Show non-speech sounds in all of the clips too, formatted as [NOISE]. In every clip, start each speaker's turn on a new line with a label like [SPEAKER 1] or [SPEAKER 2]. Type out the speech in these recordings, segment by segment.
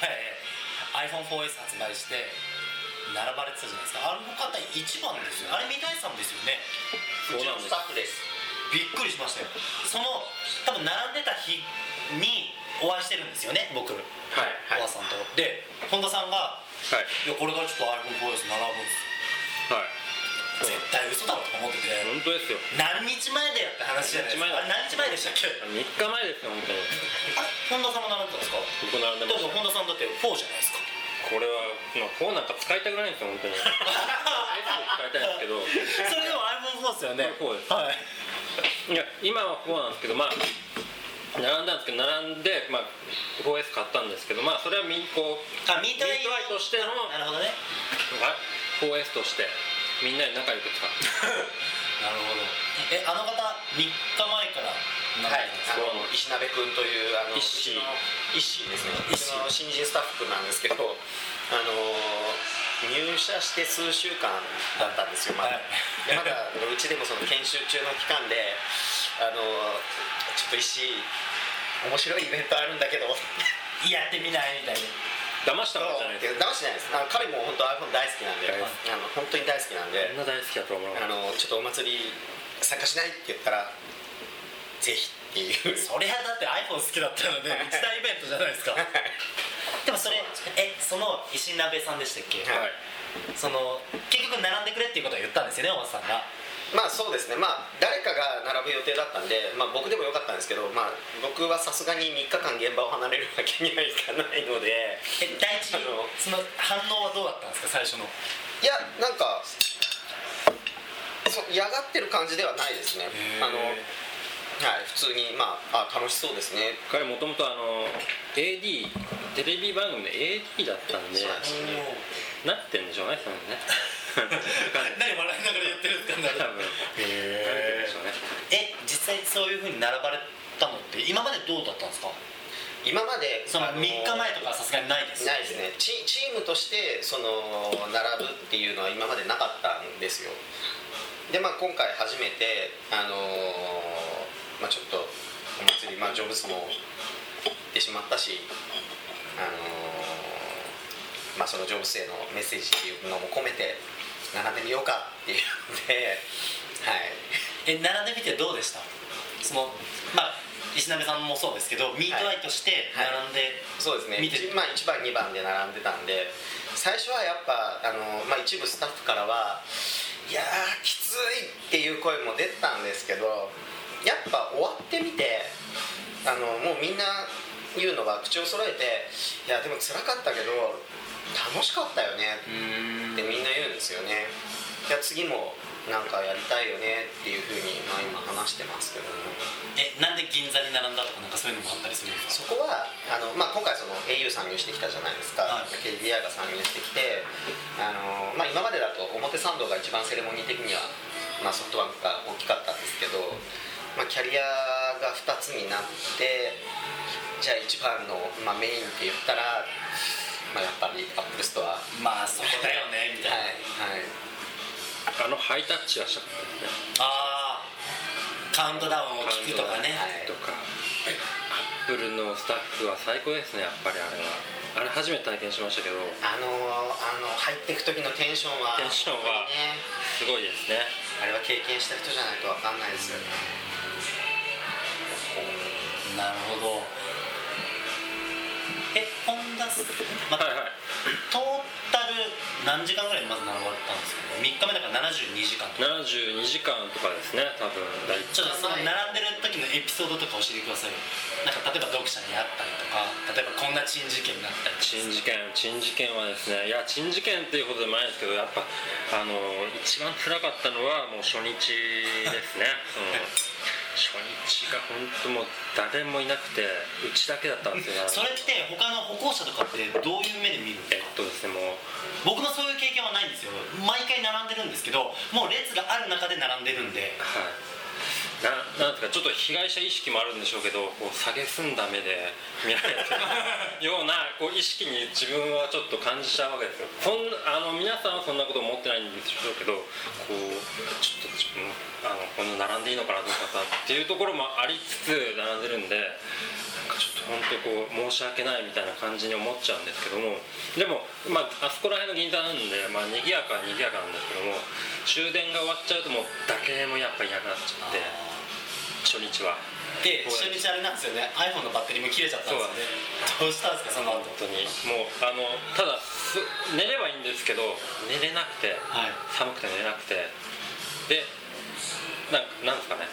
[SPEAKER 1] はい iPhone4S 発売して並ばれてたじゃないですかあの方一番ですよあれ三谷さんですよね
[SPEAKER 2] うちのスタッフです
[SPEAKER 1] びっくりしましたよその多分並んでた日にお会いしてるんですよね僕小
[SPEAKER 2] はいはい
[SPEAKER 1] 川さんとで本田さんが
[SPEAKER 2] はい
[SPEAKER 1] 「いやこれからちょっと iPhone4S 並ぶんです
[SPEAKER 2] は
[SPEAKER 1] よ
[SPEAKER 2] い
[SPEAKER 1] 絶対嘘だろ」とか思ってて
[SPEAKER 2] 本当ですよ
[SPEAKER 1] 何日前だよって話じゃないですかあれ何日前でしたっけ
[SPEAKER 2] 3日前ですよ本当に
[SPEAKER 1] あれ本田さんも並んでたんですか
[SPEAKER 2] 僕並んで
[SPEAKER 1] だっ
[SPEAKER 2] ま
[SPEAKER 1] て
[SPEAKER 2] した
[SPEAKER 1] 本田さんだって4じゃないです
[SPEAKER 2] [LAUGHS]
[SPEAKER 1] か
[SPEAKER 2] これは、まあ、こうなんか使いたくないんですよ本当に iPhone 使いたいんですけど
[SPEAKER 1] それでも iPhone4 ですよね
[SPEAKER 2] これ 4S
[SPEAKER 1] はい
[SPEAKER 2] いや今はこうなんですけどまあ並んだんですけど並んで、まあ、4S 買ったんですけどまあそれはみんこう
[SPEAKER 1] あ見
[SPEAKER 2] ミー
[SPEAKER 1] た
[SPEAKER 2] ト
[SPEAKER 1] い
[SPEAKER 2] アイとしての
[SPEAKER 1] なるほどね
[SPEAKER 2] はい 4S としてみんなで仲良く使って
[SPEAKER 1] なるほどえあの方3日前から
[SPEAKER 3] は
[SPEAKER 1] 並
[SPEAKER 3] い
[SPEAKER 1] んで、
[SPEAKER 3] あ
[SPEAKER 1] たんですか
[SPEAKER 3] の石鍋君というあの
[SPEAKER 2] 一子
[SPEAKER 3] うちの一子ですねう
[SPEAKER 1] 一
[SPEAKER 3] ち
[SPEAKER 1] 子
[SPEAKER 3] の新人スタッフ君なんですけどあの入社して数週間だったんですよま
[SPEAKER 1] は
[SPEAKER 3] だ、
[SPEAKER 1] い
[SPEAKER 3] でまだあのうちでもその研修中の期間であのちょっと石井面白いイベントあるんだけど
[SPEAKER 1] やってみないみたいな
[SPEAKER 2] 騙したわけじゃないです
[SPEAKER 3] 騙してないです [LAUGHS] あの彼も本当 iPhone 大好きなんで
[SPEAKER 2] 大好
[SPEAKER 3] あの本当に大好きなんで
[SPEAKER 2] みんな大好きだと思う
[SPEAKER 3] あのちょっとお祭り参加しないって言ったらぜひっていう
[SPEAKER 1] そりゃだって iPhone 好きだったので一大イベントじゃないです [LAUGHS] かでもそれえその石鍋さんでしたっけ、
[SPEAKER 3] はい
[SPEAKER 2] はい
[SPEAKER 1] その結局並んでくれっていうことは言ったんですよねおばさんが
[SPEAKER 3] まあそうですねまあ誰かが並ぶ予定だったんで、まあ、僕でもよかったんですけど、まあ、僕はさすがに3日間現場を離れるわけにはいかないので
[SPEAKER 1] え第一
[SPEAKER 3] あの
[SPEAKER 1] その反応はどうだったんですか最初の
[SPEAKER 3] いやなんかそう嫌がってる感じではないですねあの、はい、普通にまああ楽しそうですね
[SPEAKER 2] 彼もともとあの AD テレビ番組で AD だったんで
[SPEAKER 3] そうなんです
[SPEAKER 2] なってんでしょうねそう
[SPEAKER 3] [LAUGHS]
[SPEAKER 2] いうのね
[SPEAKER 1] [LAUGHS] 何笑いながら言ってるんですか
[SPEAKER 2] 多分なってんでしょうね
[SPEAKER 1] え実際そういうふうに並ばれたのって今までどうだったんですか
[SPEAKER 3] 今まで
[SPEAKER 1] その
[SPEAKER 3] あ
[SPEAKER 1] 3日前とかはさすがにないですよ
[SPEAKER 3] ないですねチチームとしてその並ぶっていうのは今までなかったんですよでまあ今回初めてあのーまあちょっとお祭りまあジョブズも行ってしまったしあのーまあそのジョブズへのメッセージっていうのも込めて並んでみようかっていうのではい
[SPEAKER 1] え並んでみてどうでしたそのまあ石鍋さんもそうですけどミートアイとして並んで、
[SPEAKER 3] そうですね
[SPEAKER 1] 見てる
[SPEAKER 3] 一まあ、1番2番で並んでたんで最初はやっぱあの、まあ、一部スタッフからは「いやーきつい」っていう声も出てたんですけどやっぱ終わってみてあのもうみんな言うのは口を揃えて「いやでも辛かったけど楽しかったよね」ってみんな言うんですよね。いや次もなんかやりたいよねっていうふうに、まあ、今話してますけども、
[SPEAKER 1] えなんで銀座に並んだとかなんかそういうのもあったりするんですか
[SPEAKER 3] そこはあの、まあ、今回その au 参入してきたじゃないですか、
[SPEAKER 1] はい
[SPEAKER 3] KDDI が参入してきてあの、まあ、今までだと表参道が一番セレモニー的には、まあ、ソフトバンクが大きかったんですけど、まあ、キャリアが2つになってじゃあ一番の、まあ、メインって言ったら、まあ、やっぱりアップルストアは
[SPEAKER 1] まあそこだよねみたいな、
[SPEAKER 3] いはい
[SPEAKER 2] あのハイタッチはしたかったですね
[SPEAKER 1] ああカウントダウンを聞くとかね、
[SPEAKER 3] カウントダウンは
[SPEAKER 2] とかアップ
[SPEAKER 3] い
[SPEAKER 2] ルのスタッフは最高ですねやっぱりあれはあれ初めて体験しましたけど
[SPEAKER 3] あのあの入っていく時のテンションは
[SPEAKER 2] テンションはす
[SPEAKER 3] 本当にね
[SPEAKER 2] ごいですね
[SPEAKER 3] あれは経験した人じゃないと分かんないですよね
[SPEAKER 1] なるほどえ本田さん、ま
[SPEAKER 2] はい
[SPEAKER 1] あ、
[SPEAKER 2] はい
[SPEAKER 1] トータル何時間ぐらいまず並ばれたんですか、ね、3日目だから72時間とか
[SPEAKER 2] 72時間とかですね多分大
[SPEAKER 1] ちょっとその並んでる時のエピソードとか教えてくださいよなんか例えば読者にあったりとか例えばこんな珍事件があったり
[SPEAKER 2] 珍事件珍事件はですねいや珍事件っていうほどでもないですけどやっぱあの一番辛かったのはもう初日ですねその初日が本当もう誰もいなくてうちだけだったんです
[SPEAKER 1] [LAUGHS]
[SPEAKER 2] よ
[SPEAKER 1] それって他の歩行者とかってどういう目で見るんです
[SPEAKER 2] えっ
[SPEAKER 1] か
[SPEAKER 2] とですねもう
[SPEAKER 1] 僕のそういう経験はないんですよ毎回並んでるんですけどもう列がある中で並んでるんで
[SPEAKER 2] はいななんですかちょっと被害者意識もあるんでしょうけどこう下げすんだ目で見られてるようなこう意識に自分はちょっと感じちゃうわけですよそんあの皆さんはそんなこと思ってないんでしょうけどこうちょっと自分あのこの並んでいいのかなどうかさっていうところもありつつ並んでるんでなんかちょっと本当こう申し訳ないみたいな感じに思っちゃうんですけどもでも、まあ、あそこら辺の銀座なんで、まあ、にぎやかはにぎやかなんですけども終電が終わっちゃうともう誰もやっぱいなくなっちゃって初日は
[SPEAKER 1] で初日あれなんですよね iPhone のバッテリーも切れちゃったんですよねどうしたんですかその後
[SPEAKER 2] 本当にもうあのただす寝ればいいんですけど寝れなくて
[SPEAKER 1] はい
[SPEAKER 2] 寒くて寝れなくてでなんかなんですかね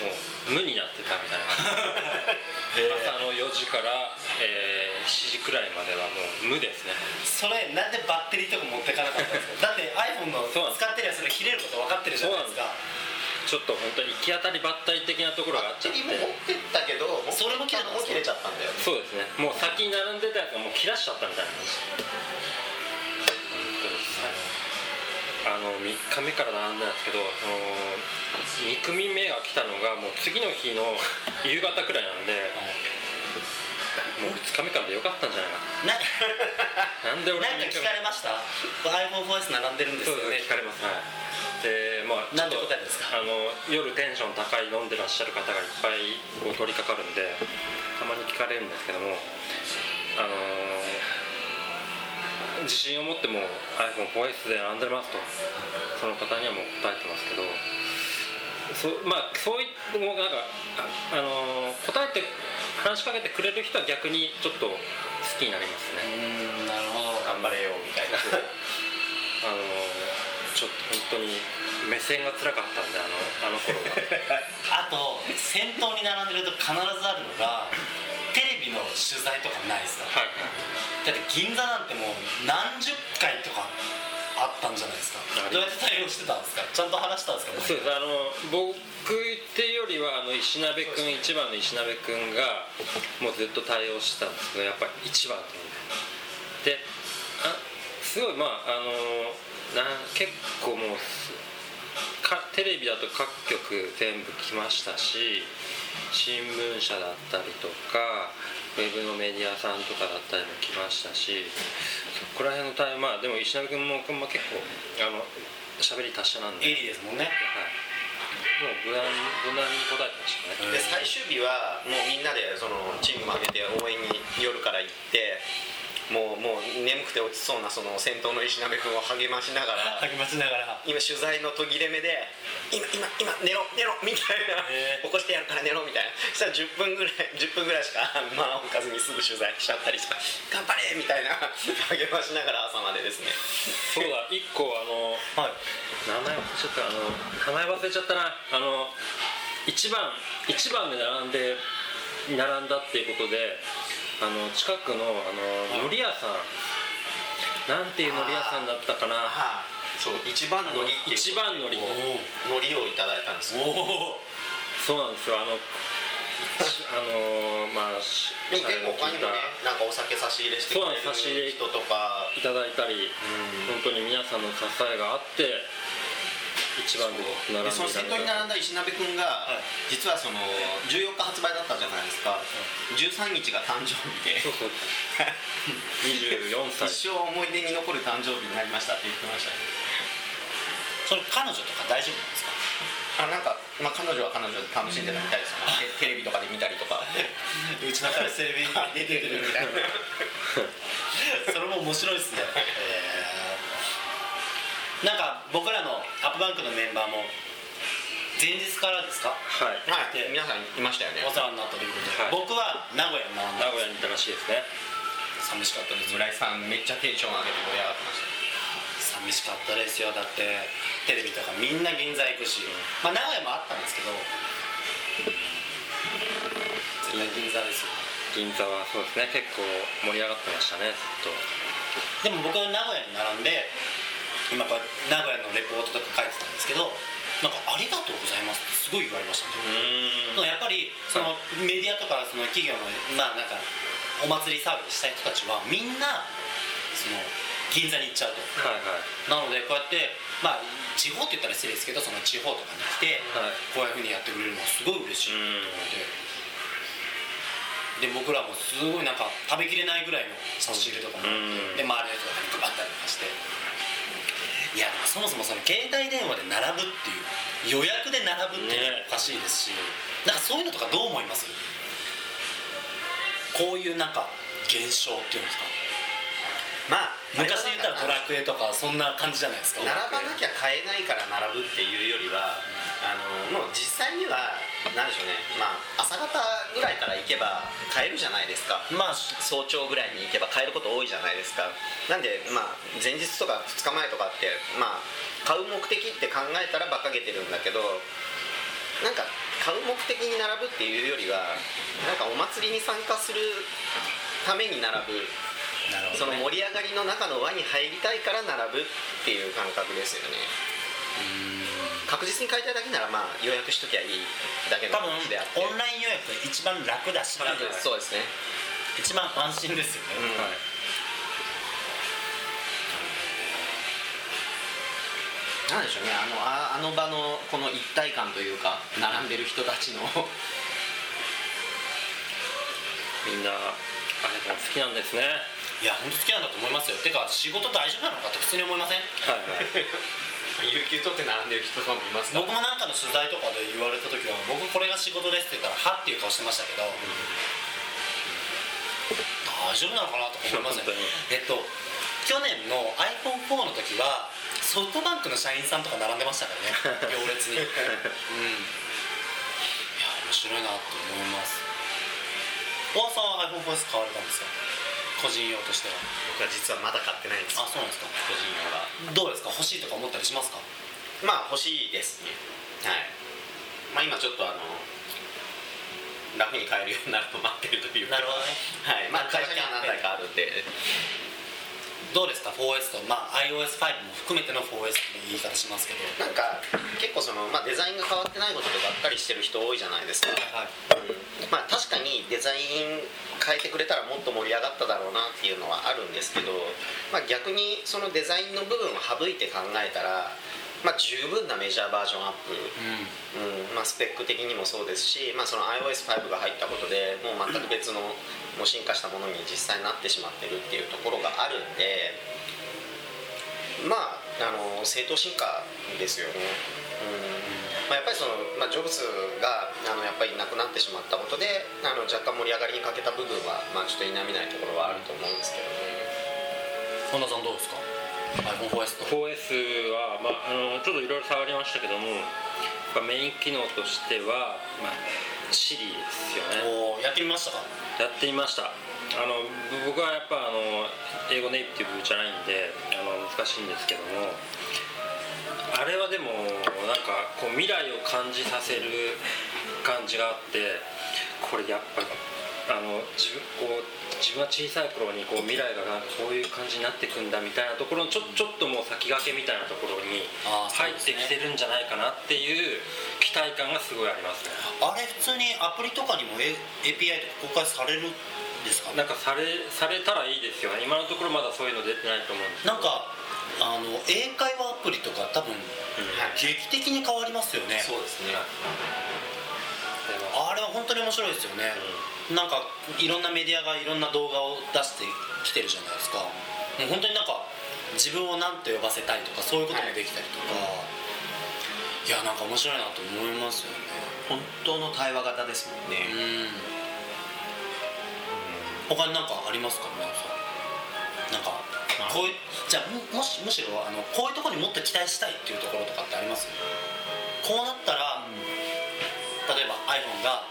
[SPEAKER 2] もう無になってたみたいな [LAUGHS] 朝の4時から、えー7時くらいまではもう無ですね
[SPEAKER 1] それなんでバッテリーとか持ってかなかったんです [LAUGHS] かだって iPhone の使
[SPEAKER 2] そうなんです
[SPEAKER 1] ってるやつで切れること分かってるじゃないですか
[SPEAKER 2] ちょっと本当に行き当たりばったり的なところがあっちゃって
[SPEAKER 3] も持ってったけど
[SPEAKER 1] それも切れた
[SPEAKER 3] もう切れちゃったんだよ
[SPEAKER 2] そうですねもう先に並んでたやつがもう切らしちゃったみたいな感じ本当にあの3日目から並んだんですけどその2組目が来たのがもう次の日の [LAUGHS] 夕方くらいなんでもう2日目からでよかったんじゃな
[SPEAKER 1] な
[SPEAKER 2] いかななんで俺
[SPEAKER 1] なん
[SPEAKER 2] が
[SPEAKER 1] か
[SPEAKER 2] 二
[SPEAKER 1] 聞
[SPEAKER 2] 日
[SPEAKER 1] か
[SPEAKER 2] 目
[SPEAKER 1] れました iPhone4S 並んでるんです
[SPEAKER 2] そう
[SPEAKER 1] よ
[SPEAKER 2] で
[SPEAKER 1] ね
[SPEAKER 2] す聞かれますはいでまあ
[SPEAKER 1] なんて答えですか
[SPEAKER 2] あの夜テンション高い飲んでらっしゃる方がいっぱいこう取りかかるんでたまに聞かれるんですけどもあのー自信を持ってもう iPhone4S で並んでますとその方にはもう答えてますけどそうまあそういってもうなんかあ、あのー答えて話しかけてくれる人は逆にちょっと好きになりますね
[SPEAKER 1] うーんなるほど
[SPEAKER 3] 頑張れよみたいな
[SPEAKER 2] あのちょっと本当に目線が辛かったんであのあの頃が
[SPEAKER 1] あと先頭に並んでると必ずあるのがテレビの取材とかないですか
[SPEAKER 2] はい
[SPEAKER 1] だって銀座なんてもう何十回とかあったんじゃないですか
[SPEAKER 2] あり
[SPEAKER 1] どうやって対応してたんですかちゃんと話したんですか
[SPEAKER 2] そうですあの僕っていうよりはあの石鍋君一番の石鍋君がもうずっと対応してたんですけどやっぱり一番というであすごいまああのなん結構もうかテレビだと各局全部来ましたし新聞社だったりとかウェブのメディアさんとかだったりも来ましたしそこら辺の対応まあでも石鍋君も君も結構あの喋り達者なんで。
[SPEAKER 1] エリーですもんね
[SPEAKER 2] はい。もう無難無難に答えてましたね。
[SPEAKER 3] [LAUGHS] で最終日はもうみんなでそのチーム曲げて応援に夜から行ってもうもう眠くて落ちそうなその先頭の石鍋君を励ましながら
[SPEAKER 1] 励ましながら
[SPEAKER 3] 今取材の途切れ目で今今今寝ろ寝ろみたいな、
[SPEAKER 1] へえ
[SPEAKER 3] 起こしてやるから寝ろみたいなそしたら10分ぐらい10分ぐらいしかまあ置かずにすぐ取材しちゃったりして頑張れみたいな励ましながら朝までですね
[SPEAKER 2] そうだ、一個あの
[SPEAKER 1] はい
[SPEAKER 2] 名前忘れちゃったあの名前忘れちゃったなあの一番一番で並んで並んだっていうことであの近くのあの海苔屋さんなんていう海苔屋さんだったかな。
[SPEAKER 3] ああそう一番乗りっていう
[SPEAKER 2] 一番乗り
[SPEAKER 3] 乗りをいただいたんですよ
[SPEAKER 1] おお
[SPEAKER 2] そうなんですよあのあのまあし
[SPEAKER 3] でも結構他にもねなんかお酒差し入れしてくれ
[SPEAKER 2] そう差し入れ
[SPEAKER 3] る人とか
[SPEAKER 2] いただいたり本当に皆さんの支えがあって一番で並んで
[SPEAKER 3] でその先頭に
[SPEAKER 2] いただいた
[SPEAKER 3] 並んだ石鍋君が、
[SPEAKER 1] はい
[SPEAKER 3] 実はその14日発売だったじゃないですか、13日が誕生日で
[SPEAKER 2] そうそう24
[SPEAKER 3] [LAUGHS] 一
[SPEAKER 2] 歳
[SPEAKER 3] 生思い出に残る誕生日になりましたって言ってましたね
[SPEAKER 1] それ彼女とか大丈夫なんですか
[SPEAKER 3] あなんか、まあ、彼女は彼女で楽しんでたみたいですねテテレビとかで見たり [LAUGHS] とか
[SPEAKER 1] うちの彼セレビに出てるみたいなそれも面白いですね、えーなんか僕らのアップバンクのメンバーも前日からですか
[SPEAKER 2] はい
[SPEAKER 3] はい皆さんいましたよね
[SPEAKER 1] お世話になったという
[SPEAKER 2] はい
[SPEAKER 1] ことで、僕は名古屋に
[SPEAKER 2] 名
[SPEAKER 1] 並んだ
[SPEAKER 2] 古屋にいたらしいですね
[SPEAKER 1] 寂しかったです
[SPEAKER 3] 村井さんめっちゃテンション上げて盛り上がってました
[SPEAKER 1] 寂しかったですよだってテレビとかみんな銀座行くし、まあ、名古屋もあったんですけど全然銀座ですよ
[SPEAKER 2] 銀座はそうですね結構盛り上がってましたね
[SPEAKER 1] で
[SPEAKER 2] ずっと
[SPEAKER 1] も僕は名古屋に並んで今こう名古屋のレポートとか書いてたんですけどなんか「ありがとうございます」ってすごい言われましたね、
[SPEAKER 2] うん
[SPEAKER 1] やっぱりそのメディアとかその企業のまあなんかお祭り騒ぎしたい人たちはみんなその銀座に行っちゃうと
[SPEAKER 2] はい
[SPEAKER 1] なのでこうやってまあ地方って言ったら失礼ですけどその地方とかに来て
[SPEAKER 2] はいはい
[SPEAKER 1] こういうふうにやってくれるのはすごい嬉しいで僕らもすごいなんか食べきれないぐらいの差し入れとかもあ
[SPEAKER 2] う
[SPEAKER 1] ってで周
[SPEAKER 2] ん
[SPEAKER 1] りの人が配ったりとかしていやでもそもそもその携帯電話で並ぶっていう予約で並ぶっていうのも
[SPEAKER 2] ね
[SPEAKER 1] おかしいですし、なんかそういうのとかどう思いますこういうなんか現象っていうんですか
[SPEAKER 3] まあ
[SPEAKER 1] 昔で言ったらド
[SPEAKER 3] あれは
[SPEAKER 1] ラクエとかそんな感じじゃないですか
[SPEAKER 3] 並ばなきゃ買えないから並ぶっていうよりはあのもう実際には何でしょうねまあ朝方ぐらいから行けば買えるじゃないですか
[SPEAKER 1] まあ
[SPEAKER 3] 早朝ぐらいに行けば買えること多いじゃないですかなんでまあ前日とか2日前とかってまあ買う目的って考えたら馬鹿げてるんだけどなんか買う目的に並ぶっていうよりはなんかお祭りに参加するために並ぶ
[SPEAKER 1] なるほ
[SPEAKER 3] そ
[SPEAKER 1] ど
[SPEAKER 3] の
[SPEAKER 1] ね
[SPEAKER 3] 盛り上がりの中の輪に入りたいから並ぶっていう感覚ですよね確実に買いたいだけならまあ予約しときゃいいだけの
[SPEAKER 1] 多分
[SPEAKER 3] 話であって
[SPEAKER 1] オンライン予約が一番楽だし
[SPEAKER 3] 多分そうですね
[SPEAKER 1] 一番安心ですよね、
[SPEAKER 3] うん
[SPEAKER 1] はい
[SPEAKER 3] なんでしょうねあのああの場のこの一体感というか並んでる人たちの
[SPEAKER 2] みんなあれが好きなんですね
[SPEAKER 1] いや本当好きなんだと思いますよてか仕事大丈夫なのかって普通に思いません
[SPEAKER 2] はいはい
[SPEAKER 3] [LAUGHS] 有給取って並んでる人とかもいます
[SPEAKER 1] 僕もなんかの取材とかで言われた時は僕これが仕事ですって言ったらはっていう顔してましたけど、大丈夫なのかなとか思いますよ
[SPEAKER 2] 本当に
[SPEAKER 1] えっと去年の iPhone4 の時はソフトバンクの社員さんとか並んでましたからね行列にうんいや面白いなと思います大沢さんは iPhone4S 買われたんですか個人用としては
[SPEAKER 3] 僕は実はまだ買ってないんです
[SPEAKER 1] あそうなんですか
[SPEAKER 3] 個人用は
[SPEAKER 1] どうですか欲しいとか思ったりしますか
[SPEAKER 3] まあ欲しいですねはいまあ今ちょっとあの楽に買えるようになると待ってるというか
[SPEAKER 1] なるほどね
[SPEAKER 3] はいまあ会社には何台かあるんで
[SPEAKER 1] どうですか 4S と、まあ、iOS5 も含めての 4S って言い方しますけど、
[SPEAKER 3] なんか結構その、まあ、デザインが変わってないことでがっかりしてる人多いじゃないですか
[SPEAKER 1] はい、
[SPEAKER 3] まあ確かにデザイン変えてくれたらもっと盛り上がっただろうなっていうのはあるんですけど、まあ、逆にそのデザインの部分を省いて考えたら、まあ、十分なメジャーバージョンアップ、うんまあ、スペック的にもそうですし、まあ、その iOS5 が入ったことでもう全く別のもう進化したものに実際になってしまってるっていうところがあるんでまああの正当進化ですよね。うんまあ、やっぱりその、まあ、ジョブズがあのやっぱりいなくなってしまったことであの若干盛り上がりに欠けた部分は、まあ、ちょっと否めないところはあると思うんですけど
[SPEAKER 1] 本
[SPEAKER 3] ね。
[SPEAKER 1] 田さんどうですか iPhone4S と
[SPEAKER 2] 4S は、まあ、あのちょっといろいろ触りましたけどもやっぱメイン機能としては、まあ、Siri ですよね
[SPEAKER 1] おーやってみましたか
[SPEAKER 2] やってみましたあのぶ僕はやっぱあの英語ネイティブじゃないんであの難しいんですけどもあれはでもなんかこう未来を感じさせる感じがあってこれやっぱあの自分こう自分は小さい頃にこう未来がなんかこういう感じになってくんだみたいなところのちょちょっともう先駆けみたいなところに
[SPEAKER 1] あーそうです
[SPEAKER 2] 入って
[SPEAKER 1] ね
[SPEAKER 2] きてるんじゃないかなっていう期待感がすごいありますね。
[SPEAKER 1] あれ普通にアプリとかにも、A、API とか公開されるんですか
[SPEAKER 2] なんかされされたらいいですよね今のところまだそういうの出てないと思うんですけど
[SPEAKER 1] なんかあの英会話アプリとか多分
[SPEAKER 3] はい
[SPEAKER 1] 劇的に変わりますよね
[SPEAKER 3] そうですね
[SPEAKER 1] あれは本当に面白いですよね、なんかいろんなメディアがいろんな動画を出してきてるじゃないですかもう本当になんか自分を何と呼ばせたいとかそういうこともできたりとか、い、やなんか面白いなと思いますよね
[SPEAKER 3] 本当の対話型ですもんね
[SPEAKER 1] うん他になんかありますか皆さんなんかこういうじゃあむもしむしろあのこういうところにもっと期待したいっていうところとかってありますこうなったら、例えば iPhone が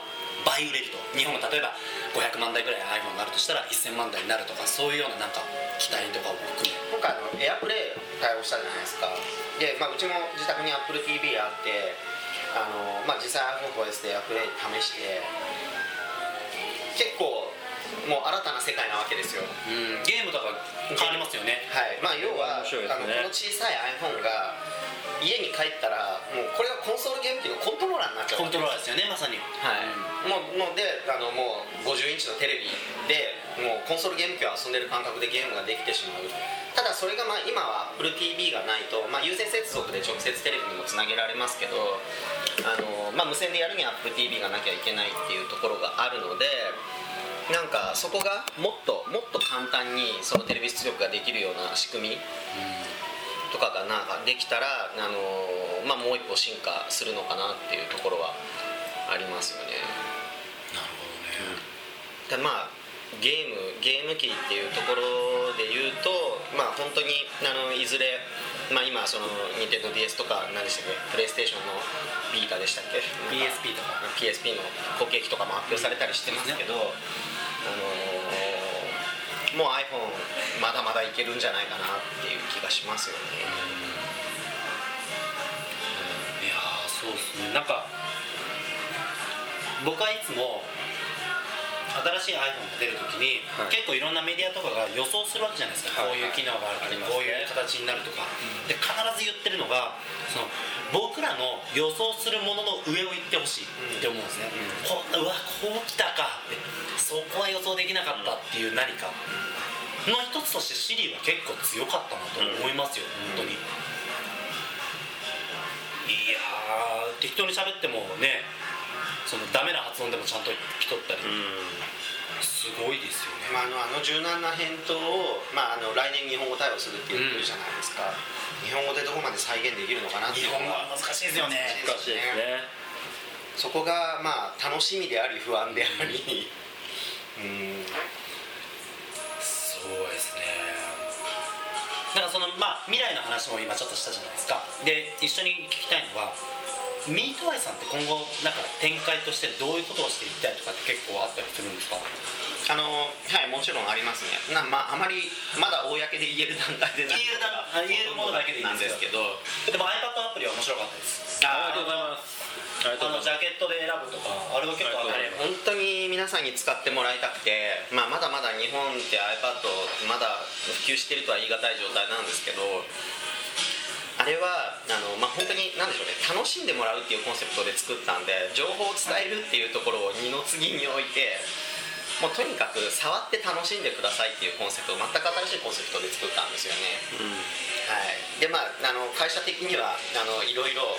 [SPEAKER 1] 倍売れると日本が例えば500万台ぐらい iPhone があるとしたら1000万台になるとかそういうようななんか期待とかを含め
[SPEAKER 3] 今回あのエアプレイ対応したじゃないですかで、まあ、うちも自宅に AppleTV あってあの、まあ、実際 iPhone4S でエアプレイ試して結構もう新たな世界なわけですよ
[SPEAKER 1] うんゲームとか変わりますよね
[SPEAKER 3] はいまあ要は、
[SPEAKER 2] 面白いです
[SPEAKER 3] あの
[SPEAKER 2] ね
[SPEAKER 3] この小さい iPhone が家に帰ったらもうこれがコンソールゲーム機のコントローラーになっちゃう
[SPEAKER 1] コントローラーですよねまさに
[SPEAKER 3] はい、もうもうであのもう50インチのテレビでもうコンソールゲーム機を遊んでる感覚でゲームができてしまうただそれがまあ今は AppleTV がないと、まあ、有線接続で直接テレビにもつなげられますけどあの、まあ、無線でやるには AppleTV がなきゃいけないっていうところがあるのでなんかそこがもっともっと簡単にそのテレビ出力ができるような仕組みとかがなんかできたら、あのまあ、もう一歩進化するのかなっていうところはありますよね。
[SPEAKER 1] なるほどね
[SPEAKER 3] でまあゲームゲーム機っていうところで言うとまあ本当にあのいずれまあ今その NintendoDS とか何でしたっけプレイステーションのビータでしたっけ
[SPEAKER 1] PSP とか
[SPEAKER 3] PSP の後継機とかも発表されたりしてますけど、あのーもう iPhone まだまだいけるんじゃないかなっていう気がしますよね
[SPEAKER 1] いやーそうですねなんか僕はいつも新しい iPhone が出るときに、
[SPEAKER 2] はい
[SPEAKER 1] 結構いろんなメディアとかが予想するわけじゃないですか、
[SPEAKER 2] はい
[SPEAKER 1] こういう機能があるとか、こう
[SPEAKER 2] はい
[SPEAKER 1] いう形になるとか、で必ず言ってるのがその僕らの予想するものの上を行ってほしいって思うんですね、こううわこう来たかってそこは予想できなかったっていう何かの一つとしてシリーは結構強かったなと思いますよ、本当に。いやー適当に喋ってもねそのダメな発音でもちゃんと聞き取ったり、すごいですよね
[SPEAKER 3] まあ、あのあの柔軟な返答を、まあ、あの来年日本語対応するって言ってるじゃないですか、日本語でどこまで再現できるのかなっていうのが
[SPEAKER 1] 難しいですよね
[SPEAKER 2] 難しいですね
[SPEAKER 3] そこがまあ楽しみであり不安であり、うん、
[SPEAKER 1] そうですねだからそのまあ未来の話も今ちょっとしたじゃないですかで一緒に聞きたいのはミートアイさんって今後なんか展開としてどういうことをしていきたいとかって結構あったりするんですか
[SPEAKER 3] あのはいもちろんありますねな、まあ、あまりまだ公で言える段階でない
[SPEAKER 1] 言える段あ言えるものだけでいい
[SPEAKER 3] な
[SPEAKER 1] ん
[SPEAKER 3] ん
[SPEAKER 1] で
[SPEAKER 3] ですす
[SPEAKER 1] け
[SPEAKER 3] けど
[SPEAKER 1] でも iPad アプリは面白かったです
[SPEAKER 2] ありがとうございます
[SPEAKER 1] あの
[SPEAKER 2] ありがとうご
[SPEAKER 1] ジ
[SPEAKER 2] ざい
[SPEAKER 1] ャケットで選ぶとかあれは結構当たり
[SPEAKER 3] 本当に皆さんに使ってもらいたくて、まあ、まだまだ日本って iPad まだ普及してるとは言い難い状態なんですけどあれはあの、まあ、本当に何でしょうね楽しんでもらうっていうコンセプトで作ったんで情報を伝えるっていうところを二の次に置いてもうとにかく触って楽しんでくださいっていうコンセプトを全く新しいコンセプトで作ったんですよね。
[SPEAKER 2] ます、うん
[SPEAKER 3] はい、でまああの会社的にはあのいろいろ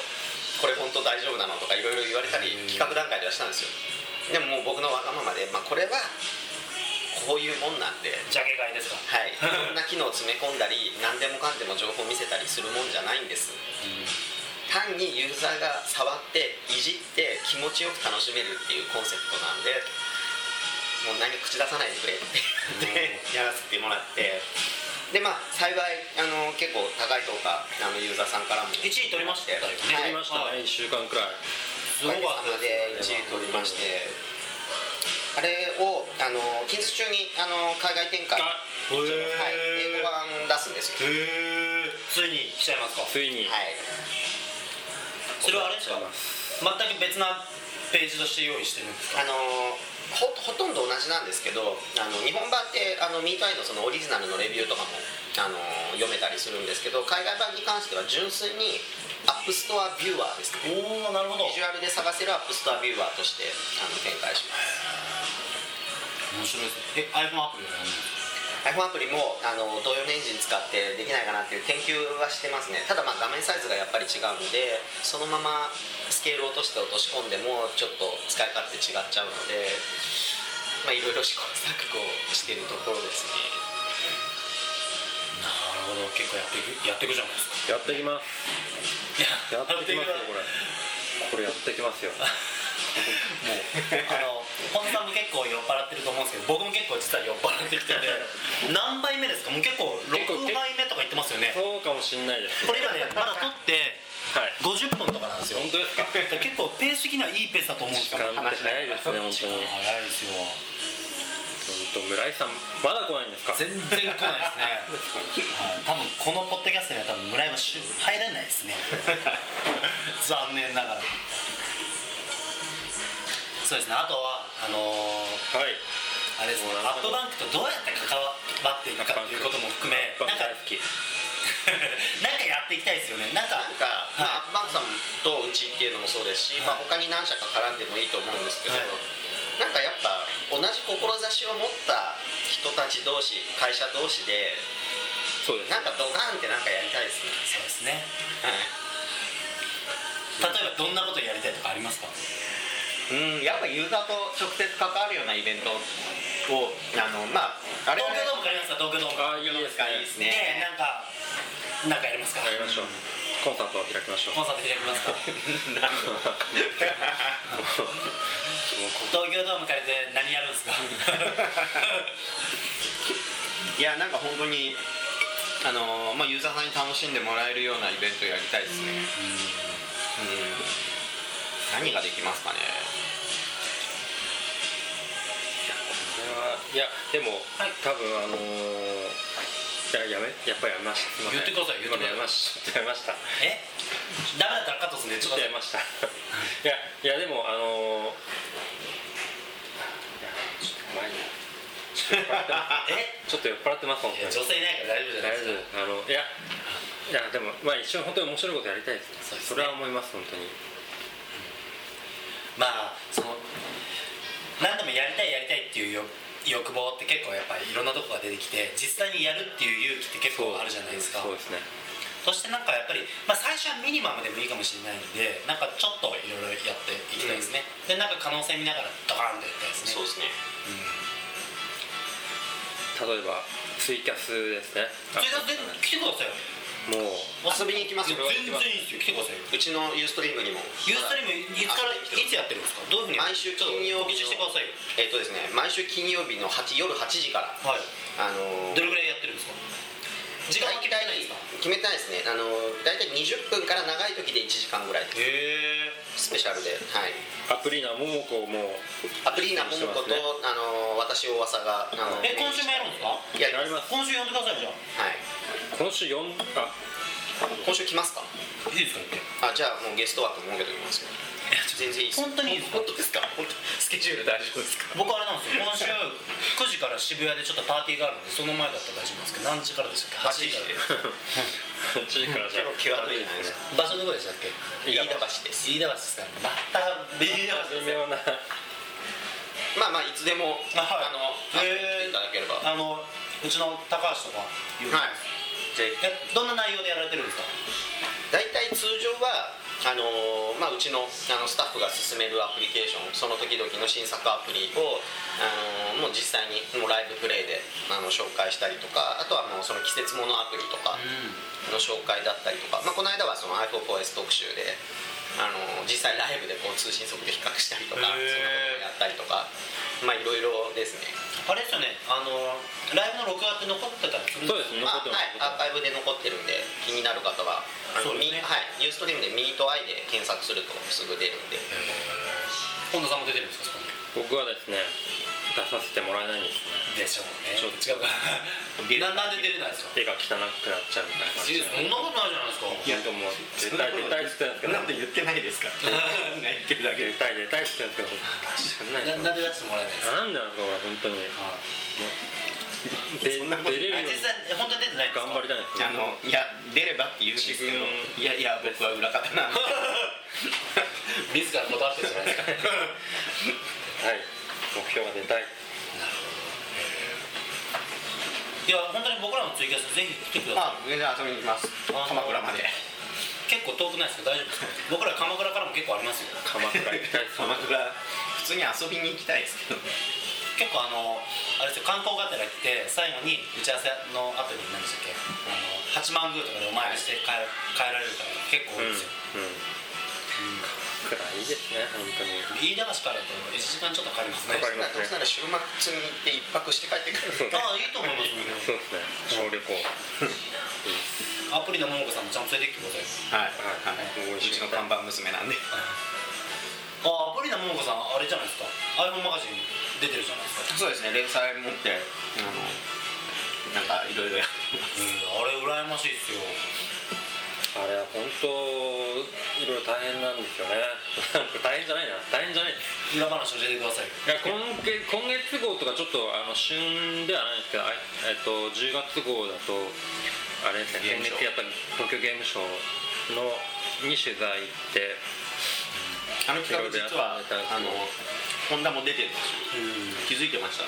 [SPEAKER 3] これ本当大丈夫なのとかいろいろ言われたり企画段階ではしたんですよでももう僕のわがままで、まあ、これはこういうもんなんで、
[SPEAKER 1] ジャケ買いですか
[SPEAKER 3] はい、いろんな機能を詰め込んだり何でもかんでも情報を見せたりするもんじゃないんです単にユーザーが触っていじって気持ちよく楽しめるっていうコンセプトなんでもう何も口出さないでくれって言 [LAUGHS] ってやらせてもらってでまあ幸いあの結構高い評価あのユーザーさんからも
[SPEAKER 1] 1位取りましたよね
[SPEAKER 3] は
[SPEAKER 2] やり
[SPEAKER 3] い
[SPEAKER 2] ましたね1週間くらい
[SPEAKER 1] す
[SPEAKER 3] す
[SPEAKER 1] ご
[SPEAKER 3] ご
[SPEAKER 1] か
[SPEAKER 3] か
[SPEAKER 1] った
[SPEAKER 3] ったで1位取りましてあれをあの近日中にあの海外展開、はい、
[SPEAKER 1] へー
[SPEAKER 3] 英語版出すんですよ
[SPEAKER 1] へえついに来ちゃいますか
[SPEAKER 2] ついに、
[SPEAKER 3] はい
[SPEAKER 1] それはあれですか全く別なページとして用意してるんですか
[SPEAKER 3] あのほほとんど同じなんですけどあの日本版ってあのミートアイのそのオリジナルのレビューとかもあの読めたりするんですけど海外版に関しては純粋にアップストアビューアーですね
[SPEAKER 1] おおなるほど
[SPEAKER 3] ビジュアルで探せるアップストアビューアーとしてあの展開します
[SPEAKER 1] 面白いですねえ iPhone アプリは何
[SPEAKER 3] iPhone アプリもあの同様のエンジン使ってできないかなっていう研究はしてますねただまあ画面サイズがやっぱり違うのでそのままスケール落として落とし込んでもちょっと使い勝手違っちゃうのでまあいろいろ試行錯誤してるところですね
[SPEAKER 1] なるほど結構やっていくやっていくじゃないですか
[SPEAKER 2] やってきますやってきますよこれこれやってきますよ
[SPEAKER 1] もうあの本田さんも結構酔っ払ってると思うんですけど僕も結構実は酔っ払ってきてて何杯目ですかもう結構6
[SPEAKER 2] 結構
[SPEAKER 1] 杯目とか言ってますよね
[SPEAKER 2] そうかもしんないです
[SPEAKER 1] これ今ねまだ取って
[SPEAKER 2] はい
[SPEAKER 1] 50分とかなんですよ
[SPEAKER 2] 本当ですか
[SPEAKER 1] 結構ペース的にはいいペースだと思うんです
[SPEAKER 2] 時
[SPEAKER 1] よ
[SPEAKER 2] 間って早いですね本当に
[SPEAKER 1] 時間早いですよ
[SPEAKER 2] 本当村井さんまだ来ないんですか
[SPEAKER 1] 全然来ないですね、はい、多分このポッドキャストには多分村山入らない
[SPEAKER 2] [LAUGHS]
[SPEAKER 1] ですね残念ながらそうですねあとはあのー
[SPEAKER 2] はい
[SPEAKER 1] あれですね
[SPEAKER 2] もう
[SPEAKER 1] アップバンクとどうやって関わっていくかということも含め
[SPEAKER 2] バ
[SPEAKER 1] なん
[SPEAKER 2] ン
[SPEAKER 1] か
[SPEAKER 2] 大好き
[SPEAKER 1] なんかやっていきたいですよねなんか
[SPEAKER 3] なんか、まあ、バンさんとうちっていうのもそうですし、まあ、他に何社か絡んでもいいと思うんですけど、
[SPEAKER 1] はい
[SPEAKER 3] なんかやっぱ同じ志を持った人たち同士会社同士で
[SPEAKER 2] そうです
[SPEAKER 3] なんかドカンってなんかやりたいですね
[SPEAKER 1] そうですね
[SPEAKER 3] はい
[SPEAKER 1] 例えばどんなことやりたいとかありますか
[SPEAKER 3] うんやっぱユーザーと直接関わるようなイベントをあのまああれ
[SPEAKER 1] 東京ド
[SPEAKER 3] は
[SPEAKER 1] ーム借りますか東京ドーム
[SPEAKER 2] ああいいですね
[SPEAKER 3] いいですね
[SPEAKER 1] ねなんかなんかやりますか
[SPEAKER 2] やりましょうコンサートを開きましょう [LAUGHS]
[SPEAKER 4] コ
[SPEAKER 1] [LAUGHS]
[SPEAKER 4] ンサート開きますか東京ドーム借りて何やるんですか
[SPEAKER 3] いやなんか本当にあのーまあユーザーさんに楽しんでもらえるようなイベントやりたいですねうん何ができますかね
[SPEAKER 2] これはいやでも、多分あのーいややめやっぱりやめましたすいません
[SPEAKER 1] 言ってください言ってください
[SPEAKER 2] やめましたやめました
[SPEAKER 1] えダメだったらカットするんでちょっと
[SPEAKER 2] やめましたいやいやでもあのーいやちょっと前にちょっと酔っ払ってます
[SPEAKER 1] え
[SPEAKER 2] ちょっと酔っ払ってます
[SPEAKER 1] [LAUGHS] い
[SPEAKER 2] 本
[SPEAKER 1] や
[SPEAKER 2] 当に
[SPEAKER 1] 女性いないから大丈夫じゃない
[SPEAKER 2] 大
[SPEAKER 1] です
[SPEAKER 2] 丈夫あのいやいやでもまあ一緒に本当に面白いことやりたいですね
[SPEAKER 1] そうですね
[SPEAKER 2] れは思います本当に
[SPEAKER 1] まあその何でもやりたいやりたいっていう欲欲望って結構やっぱりいろんなとこが出てきて実際にやるっていう勇気って結構あるじゃないですか
[SPEAKER 2] そうですね
[SPEAKER 1] そしてなんかやっぱり、まあ、最初はミニマムでもいいかもしれないんでなんかちょっといろいろやっていきたいですね、でなんか可能性見ながらドカーンとやりたいですね
[SPEAKER 3] ですね
[SPEAKER 2] 例えばツイキャスですね
[SPEAKER 1] それだって来てくださいよ
[SPEAKER 2] もう
[SPEAKER 3] 遊びに行きま
[SPEAKER 1] い
[SPEAKER 3] す
[SPEAKER 1] や全然いいですよ来てくださいよ
[SPEAKER 3] うちのユーストリームにも
[SPEAKER 1] ユーストリームいつからいつやってるんですかどういうふうに
[SPEAKER 3] 毎週金曜
[SPEAKER 1] 告
[SPEAKER 3] 日
[SPEAKER 1] 知してくださいよ
[SPEAKER 3] えっ、とですね毎週金曜日の8夜8時から
[SPEAKER 1] はい
[SPEAKER 3] あのー
[SPEAKER 1] どれぐらいやってるんですか時間は決めてないんですか
[SPEAKER 3] 決めてないですねあのー大体20分から長い時で1時間ぐらいです
[SPEAKER 1] へえ
[SPEAKER 3] スペシャルではい
[SPEAKER 2] アプリーナももこも
[SPEAKER 3] アプリーナ桃子
[SPEAKER 2] して
[SPEAKER 3] と、あのー私大噂があのー
[SPEAKER 1] え今週もやるんですか
[SPEAKER 3] や
[SPEAKER 2] やり
[SPEAKER 3] ります
[SPEAKER 2] ます
[SPEAKER 1] 今週呼んでくださいじゃあ
[SPEAKER 3] はい
[SPEAKER 2] 今週4あ
[SPEAKER 3] 今週来ますか
[SPEAKER 1] いいですかって
[SPEAKER 3] あじゃあもうゲスト枠設けておきますよ全然いいっす
[SPEAKER 1] 本当にいいですか
[SPEAKER 3] 本当ですか本当スケジュール大丈夫ですか
[SPEAKER 1] 僕あれなんですよ今週9時から渋谷でちょっとパーティーがあるんでその前だったら大丈夫なんですけど何時からでしたっけ8時から
[SPEAKER 2] 8時からじゃあ
[SPEAKER 3] 結構際どいじゃないですか
[SPEAKER 1] 場所どこでしたっけ
[SPEAKER 3] 飯田橋です
[SPEAKER 1] 飯田橋ですかまた飯田橋
[SPEAKER 2] 微妙な
[SPEAKER 3] まあまあいつでも
[SPEAKER 1] あはい
[SPEAKER 3] あの
[SPEAKER 1] へー
[SPEAKER 3] 来ていただければ
[SPEAKER 1] あ
[SPEAKER 3] はい
[SPEAKER 1] のうちの高橋とか
[SPEAKER 3] じゃあ
[SPEAKER 1] えどんな内容でやられてるんですか
[SPEAKER 3] 大体通常はあのーまあ、うちのあのスタッフが進めるアプリケーションその時々の新作アプリを、あのーもう実際にもうライブプレイであの紹介したりとかあとはもうその季節ものアプリとかの紹介だったりとか、まあ、この間はその i4OS 特集で、あのー実際ライブでこう通信速度比較したりとかそん
[SPEAKER 1] へー
[SPEAKER 3] なことをやったりとかまあいろいろですね
[SPEAKER 1] あれですよねあのライブの録画って残ってたりするん
[SPEAKER 2] そうで
[SPEAKER 1] です
[SPEAKER 2] ね
[SPEAKER 3] ま
[SPEAKER 2] 残
[SPEAKER 3] あ
[SPEAKER 2] って
[SPEAKER 3] は
[SPEAKER 2] ま
[SPEAKER 3] い、アーカイブで残ってるんで気になる方はあの
[SPEAKER 1] そうですね
[SPEAKER 3] みはい、ニューストリームで「ミートアイ」で検索するとすぐ出るんです
[SPEAKER 1] 本田さんも出てるんですかそこに
[SPEAKER 2] す僕はですね出させてもらえないんですね
[SPEAKER 1] でしょうね
[SPEAKER 2] ちょっ
[SPEAKER 1] 違うか [LAUGHS] ななんで出れないんですか
[SPEAKER 2] 絵が汚くなっちゃうみたいな
[SPEAKER 1] そ
[SPEAKER 2] 感じ
[SPEAKER 1] んなことないじゃないですか
[SPEAKER 2] いやでも絶対出たいっつってんですけど
[SPEAKER 5] なんで言ってないですかなんか言ってるだけで
[SPEAKER 2] 出たい出たいっつってんですけど確かにない
[SPEAKER 1] ななんで出してもらえないんですか
[SPEAKER 2] なんでなんですかこれ本当にで
[SPEAKER 5] そんなこと
[SPEAKER 2] 出れ
[SPEAKER 1] あ
[SPEAKER 2] るよう
[SPEAKER 1] 実
[SPEAKER 2] に
[SPEAKER 1] 際本当に出てないんですか
[SPEAKER 2] 頑張りたいんです
[SPEAKER 5] あのいや出ればって言うんですけどいやいや僕は裏方
[SPEAKER 3] [LAUGHS]
[SPEAKER 5] なんで
[SPEAKER 1] 自ら断ってるじゃないですか
[SPEAKER 2] はい目標が出たい
[SPEAKER 1] いや本当に僕らのツイキャスぜひ来てください
[SPEAKER 5] あ全然遊びに行きます鎌倉まで
[SPEAKER 1] 結構遠くないですか大丈夫ですか僕ら鎌倉からも結構ありますよ
[SPEAKER 2] 鎌倉行
[SPEAKER 1] [LAUGHS]
[SPEAKER 2] きたいっす
[SPEAKER 5] 鎌倉普通に遊びに行きたいですけど
[SPEAKER 1] 結構あのあれですよ観光がてら来て最後に打ち合わせの後に何でしたっけあの八幡宮とかでお参りして帰,、帰られる方が結構
[SPEAKER 2] うん
[SPEAKER 1] 多いですよ、
[SPEAKER 2] うん鎌倉いいですね本当に
[SPEAKER 1] 飯田橋からだと1時間ちょっとかかりますね
[SPEAKER 2] かかり
[SPEAKER 3] ど
[SPEAKER 2] ます
[SPEAKER 3] うせなら週末に行って一泊して帰ってくる
[SPEAKER 1] ああいいと思いますね
[SPEAKER 2] そうですね小旅行
[SPEAKER 1] アプリの桃子さんもちゃんと連れてきてくださいよ
[SPEAKER 5] はい、
[SPEAKER 2] はい
[SPEAKER 5] はい、うちの看板娘なんで
[SPEAKER 1] あアプリの桃子さんあれじゃないですか iPhone マガジン出てるじゃないですか
[SPEAKER 5] そうですね連載持ってあのなんかいろいろや
[SPEAKER 1] うんあれ羨ましいっすよ
[SPEAKER 2] あれは本当いろいろ大変なんですよね [LAUGHS] なんか大変じゃないな大変じゃないです
[SPEAKER 1] 裏話教えてくださいよ
[SPEAKER 2] いや今月今月号とかちょっとあの旬ではないんですけどあえっと10月号だとあれですね
[SPEAKER 5] ゲー
[SPEAKER 2] 今
[SPEAKER 5] ムショ
[SPEAKER 2] 月
[SPEAKER 5] ー
[SPEAKER 2] やった東京ゲームショーのに取材行って
[SPEAKER 5] あの企画実はあのホンダも出てるんです
[SPEAKER 1] うん
[SPEAKER 5] 気づいてました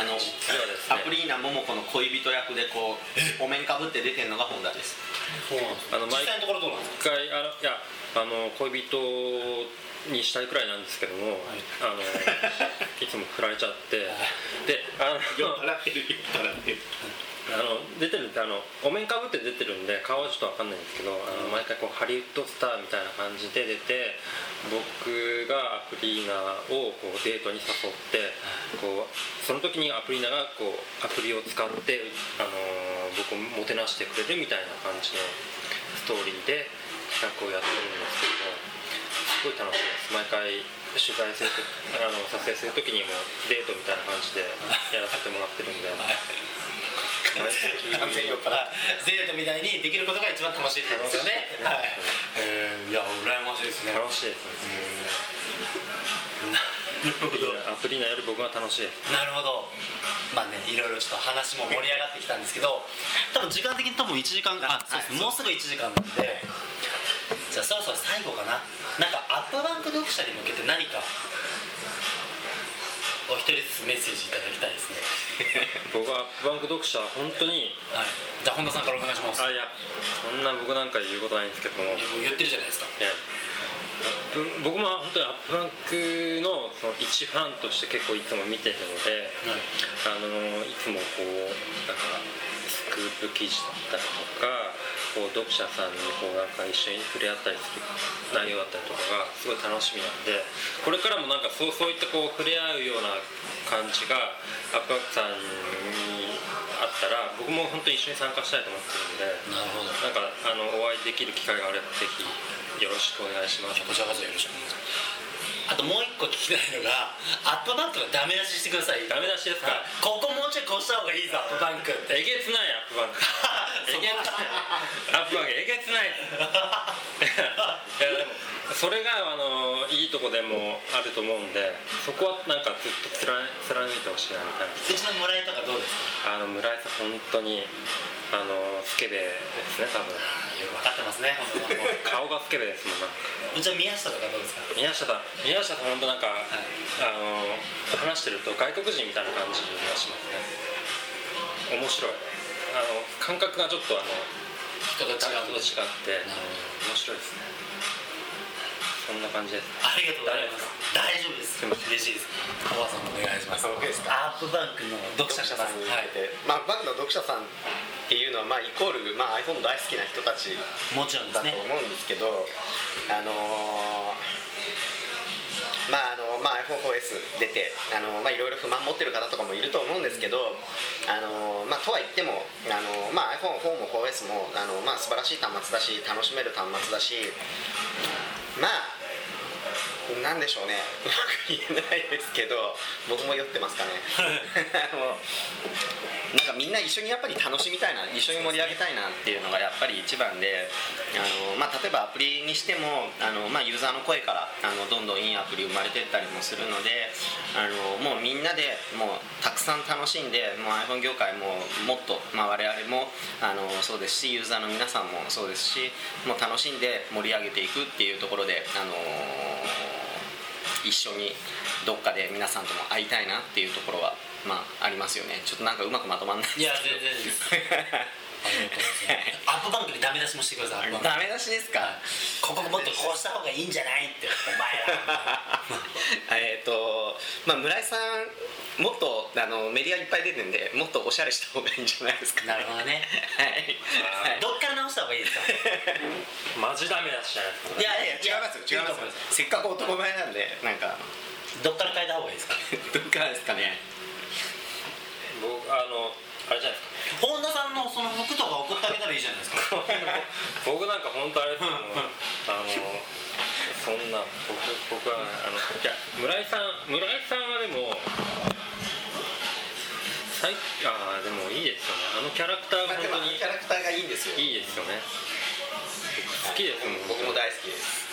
[SPEAKER 5] あの
[SPEAKER 2] はです
[SPEAKER 5] ア
[SPEAKER 2] ね
[SPEAKER 5] プリーナ桃子の恋人役でこうお面かぶって出てるのがホンダ
[SPEAKER 1] [LAUGHS]
[SPEAKER 5] です
[SPEAKER 1] そうなんです
[SPEAKER 2] あの毎
[SPEAKER 1] 実際のところどうなんですか
[SPEAKER 2] 一回あのいやあの恋人にしたいくらいなんですけども、
[SPEAKER 1] い
[SPEAKER 2] あ
[SPEAKER 5] [LAUGHS]
[SPEAKER 2] のいつも振られちゃってであの
[SPEAKER 5] 酔っ払ってる酔っ払ってる
[SPEAKER 2] あの出てるってあのお面かぶって出てるんで顔はちょっとわかんないんですけどあの毎回こうハリウッドスターみたいな感じで出て僕がアプリーナをこうデートに誘ってこうその時にアプリーナがこうアプリを使って、あのー僕をもてなしてくれるみたいな感じのストーリーで企画をやってるんですけどすごい楽しいです毎回取材する時あの撮影する時にもデートみたいな感じでやらせてもらってるんで。
[SPEAKER 3] 完全に酔っ払っ
[SPEAKER 1] ゼートみたいにできることが一番楽しいってことですよねはいえーいや羨ましいですね
[SPEAKER 2] 楽しいですね
[SPEAKER 1] なるほど
[SPEAKER 2] アプリのより僕は楽しいです
[SPEAKER 1] なるほどまあねいろいろちょっと話も盛り上がってきたんですけど多分時間的に多分1時間あそうです、もうすぐ1時間なんでじゃあそろそろ最後かななんかアップバンク読者に向けて何かお一人ずつメッセージいただきたいですね
[SPEAKER 2] 僕はバンク読者は本当に
[SPEAKER 1] はいじゃあ本田さんからお願いします
[SPEAKER 2] あいやそんな僕なんか言うことないんですけどもいや
[SPEAKER 1] 言ってるじゃないですか
[SPEAKER 2] ぶ僕も本当にアップバンクのその一ファンとして結構いつも見てるので、あのいつもこうなんかスクープ記事だったりとかこう読者さんにこうなんか一緒に触れ合ったりする内容だったりとかがすごい楽しみなんでこれからもなんかそうそういったこう触れ合うような感じがアップバンクさんにあったら僕も本当に一緒に参加したいと思ってるんで
[SPEAKER 1] なるほど
[SPEAKER 2] なんかあのお会いできる機会があればぜひよろしくお願いします
[SPEAKER 1] こちらこそよろしくお願いしますあともう一個聞きたいのがアップバンクのダメ出ししてください
[SPEAKER 2] ダメ出しですか、
[SPEAKER 1] ここもうちょいこうした方がいいぞアップバンクって
[SPEAKER 2] えげつないアッ
[SPEAKER 1] [LAUGHS]
[SPEAKER 2] プバンクえげつないアップバンクえげつない
[SPEAKER 1] [LAUGHS]
[SPEAKER 2] いやでもそれがあのいいとこでもあると思うんでそこはなんかずっと貫貫いてほしいなみたいな
[SPEAKER 1] うちの村井とかどうですか
[SPEAKER 2] あの村井さん本当にあのスケベですね多分
[SPEAKER 1] よく分かってますね本当にも
[SPEAKER 2] 顔がスケベですもんなんか
[SPEAKER 1] ううちの宮下とかどうですか
[SPEAKER 2] 宮下さん宮下さん本当なんか、あの話してると外国人みたいな感じがしますね面白いあの感覚がちょっとあの
[SPEAKER 1] 人が違
[SPEAKER 2] 誰
[SPEAKER 1] う
[SPEAKER 2] と
[SPEAKER 1] の
[SPEAKER 2] 違って
[SPEAKER 1] なるほ
[SPEAKER 2] 面白いですねそんな感じです
[SPEAKER 1] どありがとうございます大丈夫です
[SPEAKER 2] すいません
[SPEAKER 1] 嬉しいです小川さんもお願いします
[SPEAKER 3] た僕ですか
[SPEAKER 1] アップバンクの読者の方
[SPEAKER 3] に
[SPEAKER 1] はい
[SPEAKER 3] まあ、バンドの読者さんっていうのは、まあ、イコール、まあ、iPhone 大好きな人たち
[SPEAKER 1] もちろんで
[SPEAKER 3] だ
[SPEAKER 1] す
[SPEAKER 3] と
[SPEAKER 1] ね
[SPEAKER 3] 思うんですけど、あのーまああのまあ、iPhone4S 出て、あのまあ、いろいろ不満持ってる方とかもいると思うんですけど、あのまあ、とはいっても、あのまあ、iPhone4 も 4S も、あのまあ、素晴らしい端末だし楽しめる端末だしまあなんでしょうねうまく言えないですけど僕も酔ってますかねあのなんかみんな一緒にやっぱり楽しみたいな一緒に盛り上げたいなっていうのがやっぱり一番であの、まあ、例えばアプリにしてもあの、まあ、ユーザーの声からあのどんどんいいアプリ生まれてったりもするのであのもうみんなでもうたくさん楽しんでもう iPhone 業界ももっと、まあ、我々もあのそうですしユーザーの皆さんもそうですしもう楽しんで盛り上げていくっていうところであの一緒にどっかで皆さんとも会いたいなっていうところはまあありますよねちょっとなんかうまくまとまんない
[SPEAKER 1] いや全然 [LAUGHS] ですありがとうございますアップバンクにダメ出しもしてくださいアップバンク
[SPEAKER 3] ダメ出しですか
[SPEAKER 1] ここもっとこうした方がいいんじゃないってお前ら
[SPEAKER 3] [LAUGHS] えっとまあ村井さんもっとあのメディアいっぱい出てるんでもっとおしゃれした方がいいんじゃないですか
[SPEAKER 1] なるほどね
[SPEAKER 3] はい
[SPEAKER 1] どっから直した方がいいですか
[SPEAKER 2] マジダメだしじゃないですか
[SPEAKER 1] いや
[SPEAKER 3] はいいや違いますよ違いますよせっかく男前なんでなんか
[SPEAKER 1] どっから変えた方がいいですか
[SPEAKER 3] どっからですかね
[SPEAKER 2] 僕あのあれじゃないですか
[SPEAKER 1] 本田さんのその服とか送ってあげたらいいじゃないですか
[SPEAKER 2] [LAUGHS] 僕なんか本当あれですもんあのそんな僕僕はあのいや村井さん村井さんはでも最あーでもいいですよねあのキャラクターが
[SPEAKER 3] まあでも
[SPEAKER 2] 本当
[SPEAKER 3] あの
[SPEAKER 2] に
[SPEAKER 3] キャラクターがいいんですよ
[SPEAKER 2] いいですよね好きですもん
[SPEAKER 3] 僕も大好きです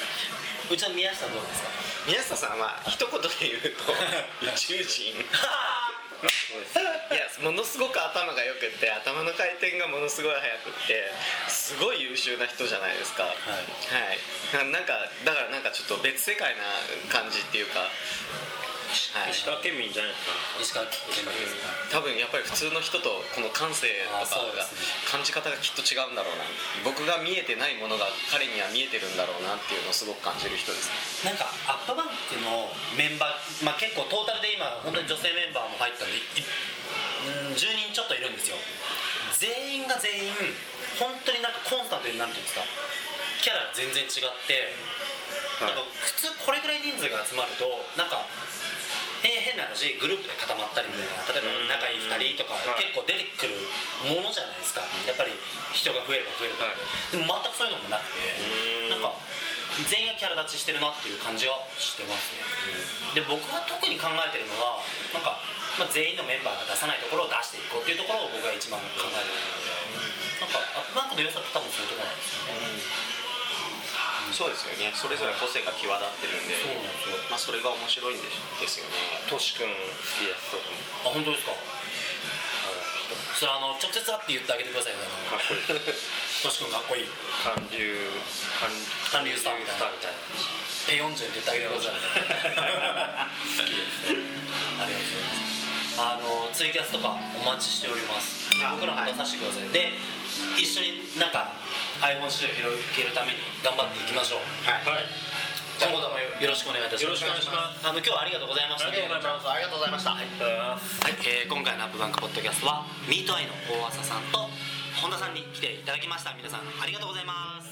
[SPEAKER 1] うちの宮下どうですか
[SPEAKER 3] 宮下さんは一言で言うと [LAUGHS] 宇宙人
[SPEAKER 2] そうです
[SPEAKER 3] いやものすごく頭がよくって頭の回転がものすごい速くってすごい優秀な人じゃないですかはい、ななんかだからなんかちょっと別世界な感じっていうか、はい、
[SPEAKER 2] 石川県民じゃないですか
[SPEAKER 1] 石川県民ですか
[SPEAKER 3] 多分やっぱり普通の人とこの感性と
[SPEAKER 1] あ
[SPEAKER 3] か
[SPEAKER 1] そうで
[SPEAKER 3] が
[SPEAKER 1] すね
[SPEAKER 3] 感じ方がきっと違うんだろうな僕が見えてないものが彼には見えてるんだろうなっていうのをすごく感じる人ですね
[SPEAKER 1] なんかアップバンクのメンバー、まあ、結構トータルで今本当に女性メンバーも入ったんでいうん10人ちょっといるんですよ全員本当になんかコンスタントになんていうんですかキャラが全然違って、
[SPEAKER 2] はい
[SPEAKER 1] なんか普通これぐらい人数が集まるとなんか変変な話グループで固まったりみたいな例えば仲いい2人とか
[SPEAKER 2] はい
[SPEAKER 1] 結構出てくるものじゃないですかやっぱり人が増えれば増えるほど
[SPEAKER 2] はい
[SPEAKER 1] でも全くそういうのもなくて
[SPEAKER 2] うん
[SPEAKER 1] なんか全員がキャラ立ちしてるなっていう感じはしてますねで僕が特に考えてるのはなんか、まあ、全員のメンバーが出さないところを出していこうっていうところを僕が一番考えてるのでなんかアップバンクの良さって多分そういうところなんですよね
[SPEAKER 5] そうですよねそれぞれ個性が際立ってるんで
[SPEAKER 1] そうなんですよ
[SPEAKER 5] まあそれが面白いんでしですよね
[SPEAKER 2] トシ君好きですとかも
[SPEAKER 1] あ本当ですかそれあの直接会って言ってあげてくださいね
[SPEAKER 2] かっこいいです
[SPEAKER 1] トシ君かっこいい
[SPEAKER 2] 韓流韓
[SPEAKER 1] 韓流スターみたいな
[SPEAKER 2] みたいな
[SPEAKER 1] ペヨンジュンって言ってあげてくださいありがとうございますあのツイキャスとかお待ちしております
[SPEAKER 5] あ
[SPEAKER 1] 僕らも出させてください、で一緒になんか iPhone 集を広げるために頑張っていきましょう
[SPEAKER 2] はい
[SPEAKER 1] 今後ともよろしくお願いいたします
[SPEAKER 2] よろしくお願いし
[SPEAKER 1] あ
[SPEAKER 2] ま
[SPEAKER 1] の今日はありがとうございました
[SPEAKER 2] ありがとうございます
[SPEAKER 1] ありがとうございましたはい、
[SPEAKER 2] ありがとうございます
[SPEAKER 1] えー今回のアップバンクポッドキャストはミートアイの大浅さんと本田さんに来ていただきました皆さんありがとうございます